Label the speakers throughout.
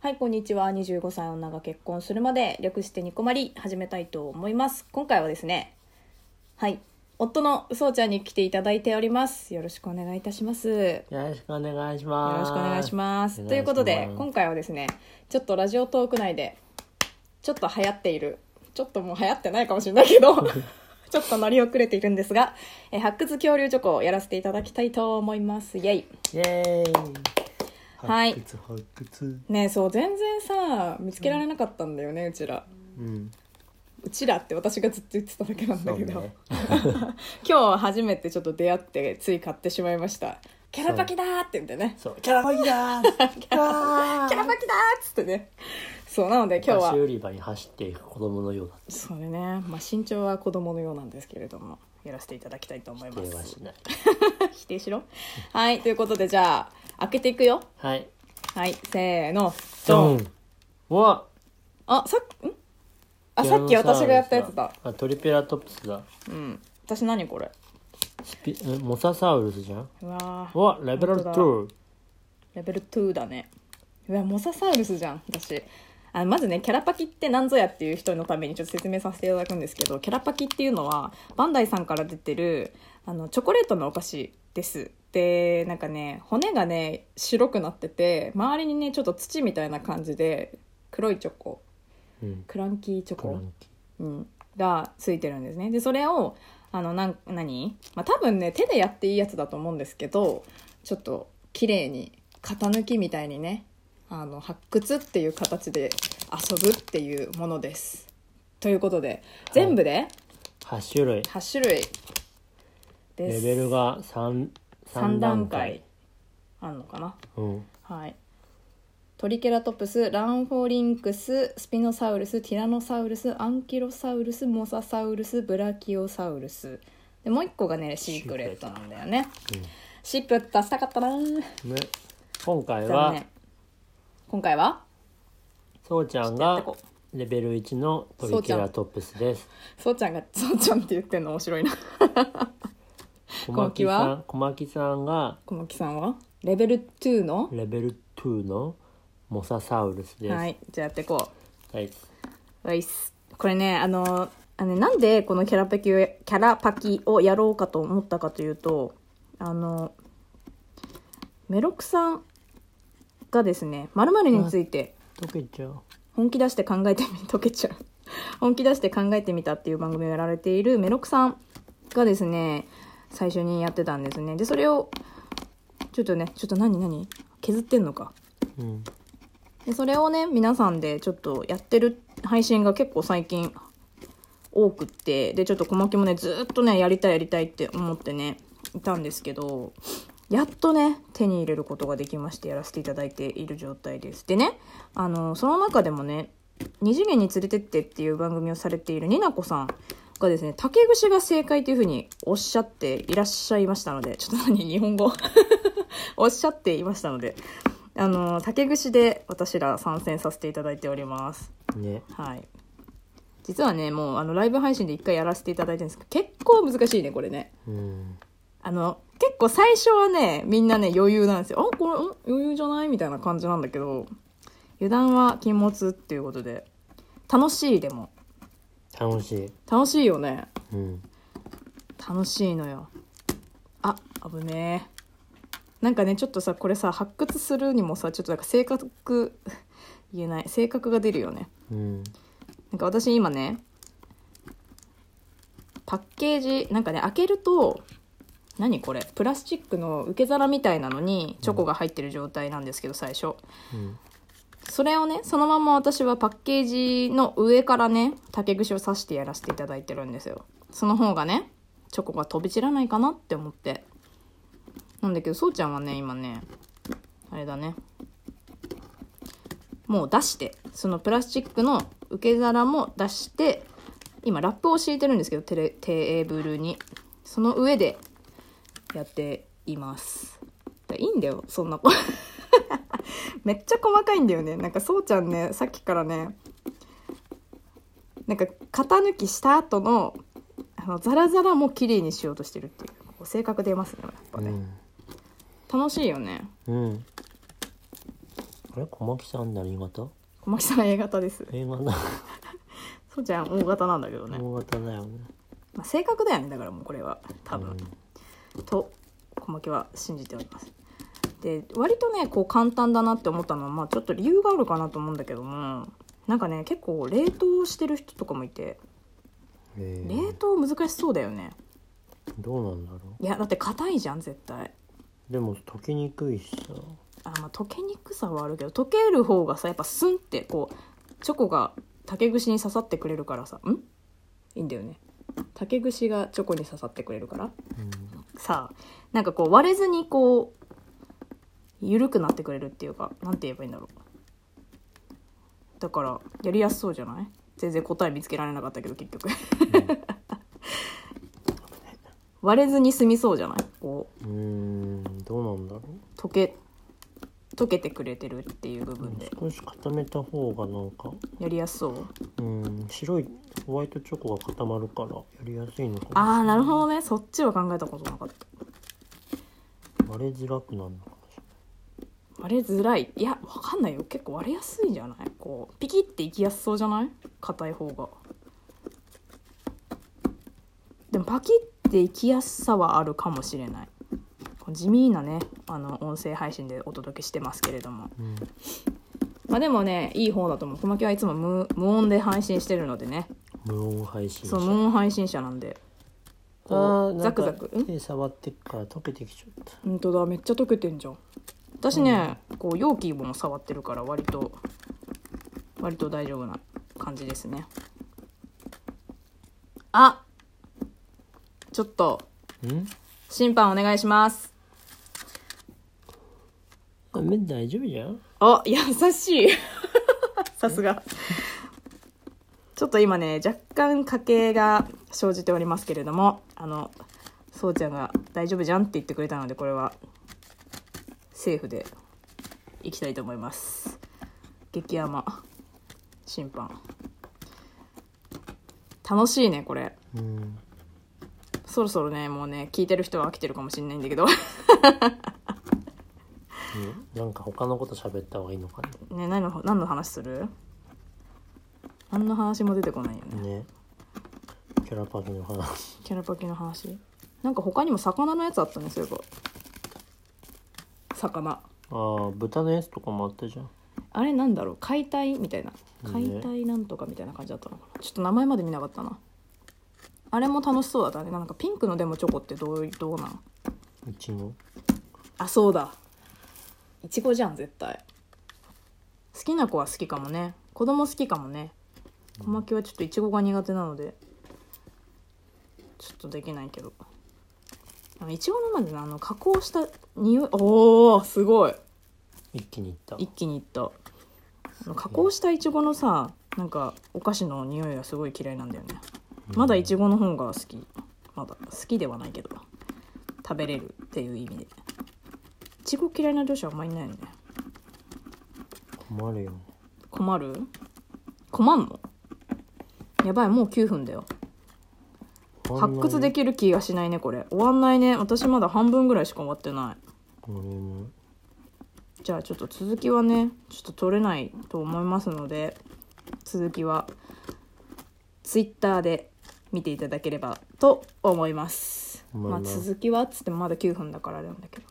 Speaker 1: はい、こんにちは。25歳女が結婚するまで、略してニコマリ、始めたいと思います。今回はですね、はい、夫のそうちゃんに来ていただいております。よろしくお願いいたします。よ
Speaker 2: よろしくお願いします。
Speaker 1: ろしくお願いします。
Speaker 2: お願いします
Speaker 1: ということで、今回はですね、ちょっとラジオトーク内で、ちょっと流行っている、ちょっともう流行ってないかもしれないけ ど、ちょっと乗り遅れているんですが、えー発掘恐竜チョコをやらせていただきたいと思います。イェイ
Speaker 2: イエーイ。
Speaker 1: はい
Speaker 2: 発掘発掘。
Speaker 1: ねえそう全然さ見つけられなかったんだよね、うちら
Speaker 2: うん。
Speaker 1: うちらって私がずっと言ってただけなんだ
Speaker 2: そう
Speaker 1: けど、
Speaker 2: ね。
Speaker 1: 今日初めてちょっと出会ってつい買ってしまいました「キャラパキだ!」って言ってね
Speaker 2: そう。キャラバ ギだー。キャ
Speaker 1: 「
Speaker 2: ラ
Speaker 1: キャラパキだ!」っつってねそうなので今日
Speaker 2: 菓子
Speaker 1: は
Speaker 2: 売り場に走っていく子供のようだっ
Speaker 1: そうね、まあ、身長は子供のようなんですけれどもやらせていただきたいと思い
Speaker 2: た。
Speaker 1: ま
Speaker 2: 電話
Speaker 1: す
Speaker 2: しない。
Speaker 1: 否定しろはいということでじゃあ開けていくよ
Speaker 2: はい。
Speaker 1: はいせーの
Speaker 2: ドン。うわ。
Speaker 1: あさっんあさっき私がやったやつだ。
Speaker 2: あ、トリペラトプスだ。
Speaker 1: うん私何これ
Speaker 2: スピ、えモササウルスじゃん。
Speaker 1: うわー
Speaker 2: うわ、レベル
Speaker 1: 本当だ
Speaker 2: 2。
Speaker 1: レベル2だねうわモササウルスじゃん私あまずねキャラパキって何ぞやっていう人のためにちょっと説明させていただくんですけどキャラパキっていうのはバンダイさんから出てるあのチョコレートのお菓子ですでなんかね骨がね白くなってて周りにねちょっと土みたいな感じで黒いチョコ
Speaker 2: うん。
Speaker 1: クランキーチョ
Speaker 2: クラ
Speaker 1: コ
Speaker 2: ンキ
Speaker 1: うん、がついてるんですねでそれをあのなん何、まあ、多分ね手でやっていいやつだと思うんですけどちょっと綺麗に型抜きみたいにねあの発掘っていう形で遊ぶっていうものですということで全部で
Speaker 2: ー。8種類。
Speaker 1: 8種類で
Speaker 2: レ
Speaker 1: す、
Speaker 2: ベルが三
Speaker 1: 3
Speaker 2: 三
Speaker 1: 段階。あんのかな
Speaker 2: うん。
Speaker 1: はいトリケラトプスランフォリンクススピノサウルスティラノサウルスアンキロサウルスモササウルスブラキオサウルスでもう一個がねシークレットなんだよねシークレット出したかったなー
Speaker 2: ね。今回
Speaker 1: 残
Speaker 2: は
Speaker 1: 念。今回は
Speaker 2: そうち
Speaker 1: や
Speaker 2: ゃん
Speaker 1: って
Speaker 2: が
Speaker 1: こう
Speaker 2: レベル1のトリケラトプスです。
Speaker 1: そうちゃんがそうちゃんって言ってんの面白いな
Speaker 2: 小
Speaker 1: ん
Speaker 2: 牧さん、小牧さんが
Speaker 1: 小牧さんはレベル2の
Speaker 2: レベル2のモササウルスです。
Speaker 1: は
Speaker 2: はい。
Speaker 1: いじゃあやっていこうういっすこれねあのあのねなんでこのキャラパキをキャラパキをやろうかと思ったかというとあのメロクさんがですね「まるについて
Speaker 2: 溶けちゃう。
Speaker 1: 本気出して考えてみ溶けちゃう本気出して考えてみたっていう番組をやられているメロクさんがですね最初にやってたんですねでそれをちょっとねちょっと何何削ってんのか
Speaker 2: うん。
Speaker 1: でそれをね皆さんでちょっとやってる配信が結構最近多くってでちょっと小牧もねずーっとねやりたいやりたいって思ってねいたんですけどやっとね手に入れることができましてやらせていただいている状態ですでねあのその中でもね「二次元に連れてって」っていう番組をされているになこさんがですね竹串が正解というふうにおっしゃっていらっしゃいましたのでちょっと何日本語 おっしゃっていましたのであの竹串で私ら参戦させていただいております
Speaker 2: ね。
Speaker 1: はい実はねもうあのライブ配信で一回やらせていただいてるんですけど結構難しいねこれね
Speaker 2: うん。
Speaker 1: あの結構最初はねみんなね余裕なんですよあこれん余裕じゃないみたいな感じなんだけど油断は禁物っていうことで楽しいでも
Speaker 2: 楽しい。
Speaker 1: 楽しいよね
Speaker 2: うん。
Speaker 1: 楽しいのよあ危ねえなんかねちょっとさこれさ発掘するにもさちょっとなんか性格言えない性格が出るよね
Speaker 2: うん。
Speaker 1: なんか私今ねパッケージなんかね開けると何これプラスチックの受け皿みたいなのにチョコが入ってる状態なんですけど最初
Speaker 2: うん。
Speaker 1: それをねそのまま私はパッケージの上からね竹串を刺してやらせていただいてるんですよその方がねチョコが飛び散らないかなって思ってなんだけどそうちゃんはね今ねあれだねもう出してそのプラスチックの受け皿も出して今ラップを敷いてるんですけどテレテーブルにその上でやっていますだいいんだよそんなこと めっちゃ細かいんだよねなんかそうちゃんねさっきからねなんか型抜きした後のあのザラザラも綺麗にしようとしてるっていうこう性格出ますねやっぱ
Speaker 2: う
Speaker 1: ね、
Speaker 2: ん。
Speaker 1: 楽しいよね
Speaker 2: うん。あれ小牧さん何型
Speaker 1: 小牧さん A 型です
Speaker 2: A 型
Speaker 1: そうちゃん O 型なんだけどね、
Speaker 2: 大型だよね
Speaker 1: まあ、性格だよねだからもうこれは多分、
Speaker 2: うん
Speaker 1: と小牧は信じておりますで割とねこう簡単だなって思ったのは、まあ、ちょっと理由があるかなと思うんだけどもなんかね結構冷凍してる人とかもいて
Speaker 2: えー
Speaker 1: 冷凍難しそうだよね
Speaker 2: どうなんだろ
Speaker 1: いやだって硬いじゃん絶対
Speaker 2: うでも溶けにくいしさ
Speaker 1: あまあ溶けにくさはあるけど溶ける方がさやっぱスンってこうチョコが竹串に刺さってくれるからさんいいんだよね竹串がチョコに刺さってくれるから
Speaker 2: うん
Speaker 1: さあなんかこう割れずにこう緩くなってくれるっていうかなんて言えばいいんだろうだからやりやすそうじゃない全然答え見つけられなかったけど結局 割れずに済みそうじゃないこう
Speaker 2: うーんどうなんだろ
Speaker 1: 溶け溶けてくれてるっていう部分で
Speaker 2: う少し固めた方がなんか
Speaker 1: やりやすそう
Speaker 2: うん白いホワイトチョコが固まるからやりやすいのかも
Speaker 1: ああなるほどねそっちは考えたことなかった
Speaker 2: 割れづらくなるのかもし
Speaker 1: 割れづらいいやわかんないよ結構割れやすいんじゃないこうピキっていきやすそうじゃない硬い方がでもパキっていきやすさはあるかもしれないこう地味なねあの音声配信でお届けしてますけれども
Speaker 2: れない、
Speaker 1: まあでもねいい方だと思う小牧はいつも無無音で配信してるのでね
Speaker 2: うん、無音配信
Speaker 1: そう無音配信者なんで
Speaker 2: あ
Speaker 1: こ
Speaker 2: ー
Speaker 1: う
Speaker 2: な
Speaker 1: ザ
Speaker 2: んか
Speaker 1: クザクん
Speaker 2: 手触ってっから溶けてきちゃった
Speaker 1: 本当だめっちゃ溶けてんじゃん私ね、こう容器も触ってるから割と割と大丈夫な感じですねあちょっと
Speaker 2: うん
Speaker 1: 審判お願いします
Speaker 2: あ目大丈夫じゃん
Speaker 1: あ優しい さすがちょっと今ね若干家計が生じておりますけれどもあのそうちゃんが「大丈夫じゃん」って言ってくれたのでこれはセーフでいきたいと思います激甘審判楽しいねこれ
Speaker 2: うん
Speaker 1: そろそろねもうね聞いてる人は飽きてるかもしんないんだけど
Speaker 2: なんか他のこと喋った方がいいのか
Speaker 1: ね何の何の話する何の話も出てこないよね
Speaker 2: なねキャラパキの話
Speaker 1: キャラパキの話なんか他にも魚のやつあったねそういえば魚
Speaker 2: ああ豚のやつとかもあったじゃん
Speaker 1: あれなんだろう解体みたいな解体なんとかみたいな感じだったのかなちょっと名前まで見なかったなあれも楽しそうだったねなんかピンクのでもチョコってどういどうなん
Speaker 2: うちの
Speaker 1: あそうだいちごじゃん絶対好きな子は好きかもね子供好きかもね小牧はちょっといちごが苦手なのでちょっとできないけどあのいちごのまでのあの加工した匂いおおすごい
Speaker 2: 一気にいった
Speaker 1: 一気にいったあの加工したいちごのさなんかお菓子の匂いがすごい嫌いなんだよねまだいちごの方が好きまだ好きではないけど食べれるっていう意味でいちご嫌いな女子はあんまりいないよね
Speaker 2: 困るよ
Speaker 1: 困る困んのやばいもう9分だよ発掘で
Speaker 2: き
Speaker 1: きる気がしないねこれ終わんないね私まだ半分ぐらいしか終わってない
Speaker 2: うん
Speaker 1: じゃあちょっと続きはねちょっと取れないと思いますので続きは Twitter で見ていただければと思います。
Speaker 2: 思い
Speaker 1: まあ、
Speaker 2: ます
Speaker 1: 続きはっつってもまだ9分だからあれなんだけど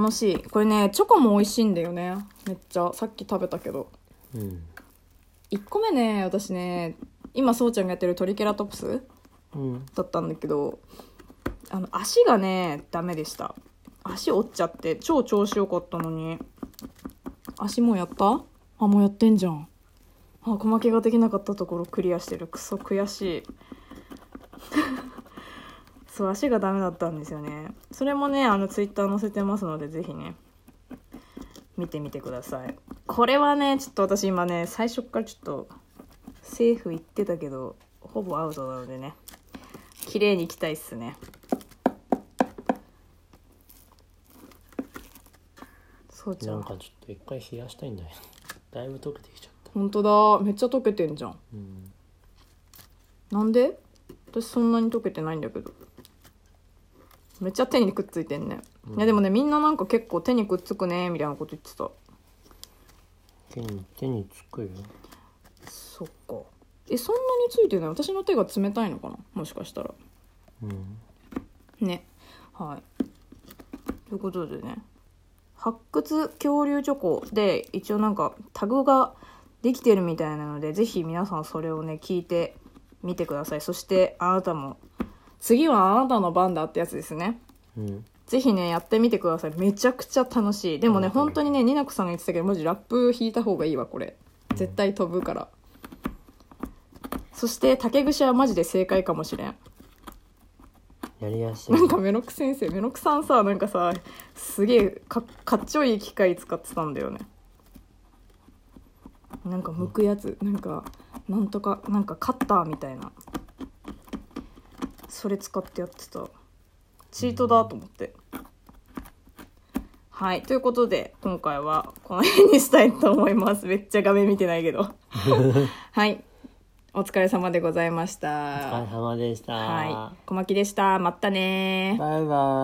Speaker 1: 楽しいこれねチョコも美味しいんだよねめっちゃさっき食べたけど
Speaker 2: うん
Speaker 1: 1個目ね私ね今そうちゃんがやってるトリケラトプス
Speaker 2: うん
Speaker 1: だったんだけどあの足がねダメでした足折っちゃって超調子良かったのに足もうやったあもうやってんじゃんあ小負けができなかったところクリアしてるクソ悔しい そう足がダメだったんですよねそれもねあのツイッター載せてますのでぜひね見てみてくださいこれはねちょっと私今ね最初っからちょっとセーフ言ってたけどほぼアウトなのでね綺麗に行きたいっすねそうちゃ
Speaker 2: なん
Speaker 1: ん
Speaker 2: かちょっと一回冷やしたいんだよ だいぶ溶けてきちゃった
Speaker 1: 本当だめっちゃ溶けてんじゃん
Speaker 2: うん
Speaker 1: なんで私そんなに溶けてないんだけどめっちゃ手にくっついてんね
Speaker 2: うん
Speaker 1: いやでもねみんななんか結構手にくっつくねみたいなこと言ってた
Speaker 2: 手に手につくよ
Speaker 1: そっかえそんなについてない私の手が冷たいのかなもしかしたら
Speaker 2: うん
Speaker 1: ねはいということでね発掘恐竜チョコで一応なんかタグができてるみたいなのでぜひ皆さんそれをね聞いてみてくださいそしてあなたも次はあなたの番だってやつですね
Speaker 2: うん
Speaker 1: ぜひねやってみてくださいめちゃくちゃ楽しいでもね
Speaker 2: うん
Speaker 1: 本当にねニナコさんが言ってたけどマジラップ弾いた方がいいわこれ絶対飛ぶからそして竹串はマジで正解かもしれん
Speaker 2: やりやすい
Speaker 1: なんかメロク先生メロクさんさなんかさすげえかかっちょいい機械使ってたんだよねなんか剥くやつなんかなんとかなんかカッターみたいなそれ使ってやってたチートだと思ってはいということで今回はこの辺にしたいと思いますめっちゃ画面見てないけ どはいお疲れ様でございまし
Speaker 2: お疲
Speaker 1: た
Speaker 2: れ様でした、
Speaker 1: はい小牧でしたまったねー
Speaker 2: バイバイ